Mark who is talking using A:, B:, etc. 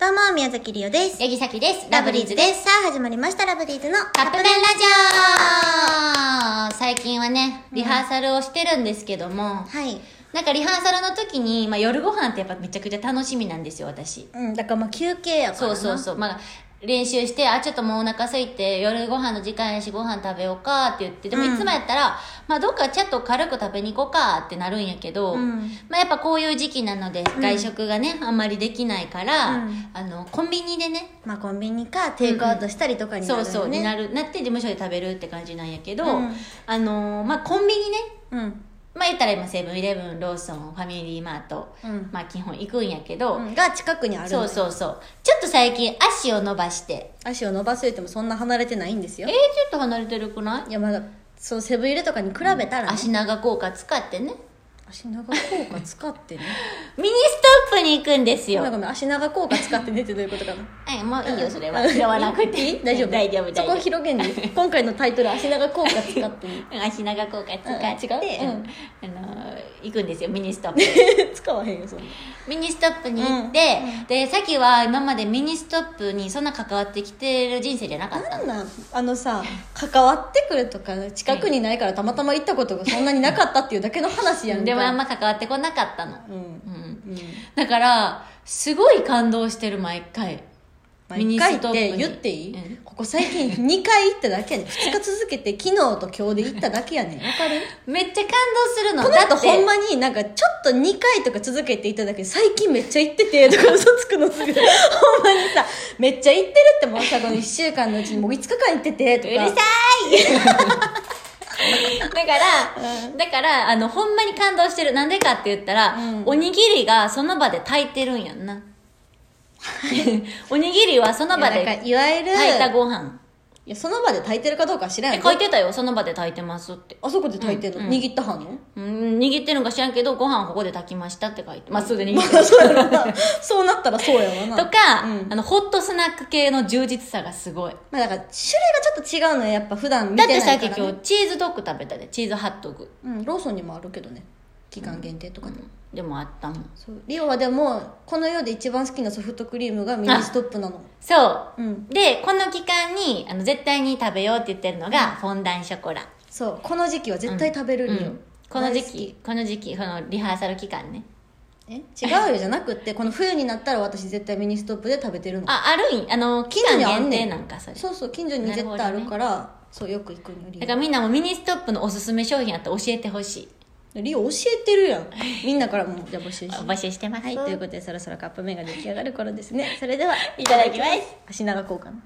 A: どうも、宮崎りおです。
B: 八木咲です。
A: ラブリーズです。さあ、始まりました、ラブリーズの
B: カップ麺ラジオ最近はね、リハーサルをしてるんですけども、
A: はい。
B: なんかリハーサルの時に、まあ夜ご飯ってやっぱめちゃくちゃ楽しみなんですよ、私。
A: うん、だからまあ休憩やから
B: そう
A: な。
B: そうそう。まあ練習して、あ、ちょっともうお腹空いて、夜ご飯の時間やしご飯食べようかって言って、でも
A: うん
B: いつもやったら、まあどっかちょっと軽く食べに行こうかってなるんやけど、
A: うん
B: まあやっぱこういう時期なので、外食がね、あんまりできないから、
A: うん
B: あの、コンビニでね、
A: まあコンビニか、テイクアウトしたりとかになる
B: そ
A: よ
B: う
A: ね。
B: そうになるなって事務所で食べるって感じなんやけど、
A: うん
B: あのーまあコンビニね
A: うん。
B: まあ言ったら今セブンイレブンローソンファミリーマート、
A: うん
B: まあ基本行くんやけど、
A: うん。が近くにある。
B: そうそうそうちょっと最近足を伸ばして
A: 足を伸ばせてもそんな離れてないんです
B: えー、
A: よ
B: ちょ。っと離れてるくない
A: いや、まだ、そのセブン入れとかに比べたらね、
B: 足長効果使ってね
A: 足長効果使ってね。
B: ミニストップに行くんです
A: ご
B: よ
A: めんごめん、足長効果使ってねってどういうことかな。
B: えもういいよそれは拾わな くて
A: 大丈夫
B: 大丈夫
A: そ
B: 大
A: こ
B: 丈
A: は
B: 夫
A: 広げんで、 今回のタイトル、足長効果使ってね。
B: うん足長効果使って、
A: うん
B: あのー行くんですよミニストップ
A: 使わへんよ、そんな。
B: ミニストップに行って、でさっきは今までミニストップにそんな関わってきてる人生じゃなかった
A: なんなんあのさ関わってくれとか近くにないからたまたま行ったことがそんなになかったっていうだけの話やんか
B: でもあんま関わってこなかったの、
A: うん
B: う
A: う
B: ん、
A: ん
B: だからすごい感動してる毎回
A: まあ
B: ミニ
A: 一回
B: ス
A: っ
B: トップに
A: て言っていい、
B: うん
A: ここ最近2回行っただけやねん2日続けて昨日と今日で行っただけ やねんわかる
B: めっちゃ感動するの
A: この人
B: だって
A: ほんまになんかちょっと2回とか続けていただけで最近めっちゃ行っててとか嘘つくのすぐほん まにさめっちゃ行ってるってもうさこの1週間のうちにもう5日間行っててと
B: う
A: か
B: るさいだから、だからあのほんまに感動してるなんでかって言ったら、
A: うん
B: おにぎりがその場で炊いてるんやんな おにぎりはその場
A: いやなん
B: で
A: かいわゆる
B: 炊いたご飯
A: いやその場で炊いてるかどうかは知らん
B: え
A: よ
B: 書いてたよその場で炊いてますって
A: あそこで炊いてんの、
B: うんうん
A: 握ったはんの
B: うん握ってるんか知らんけどご飯ここで炊きましたって書いてまっすぐで握って る
A: まあ そうやろなそうなったらそうやわな
B: とか、
A: うん
B: あのホットスナック系の充実さがすごい
A: まあだから種類がちょっと違うのよやっぱ普段見
B: だって
A: な
B: て
A: いか
B: さ
A: ら、
B: っき
A: ね、
B: 今日チーズドッグ食べたでチーズハットグ、
A: うん、ローソンにもあるけどね期間限定とかで、
B: でもあったもん
A: そうリオはでもこの世で一番好きなソフトクリームがミニストップなの、
B: そう
A: ん、
B: うでこの期間にあの絶対に食べようって言ってるのが、フォンダンショコラ
A: そうこの時期は絶対食べるリオ、
B: うんこの時
A: 大好き
B: 期この時期このリハーサル期間ね
A: え違うよじゃなくってこの冬になったら私絶対ミニストップで食べてるの
B: ああるんあの期間限定なんかそれ
A: そうそう近所に絶対あるからそうよく行くのよリオ
B: だからみんなもミニストップのおすすめ商品あったら教えてほしい
A: リオ教えて るやんみんなからもじゃあ募集し
B: 募集してます、
A: はい、ということでそろそろカップ麺が出来上がる頃ですねそれではい
B: ただきます
A: 足長効果の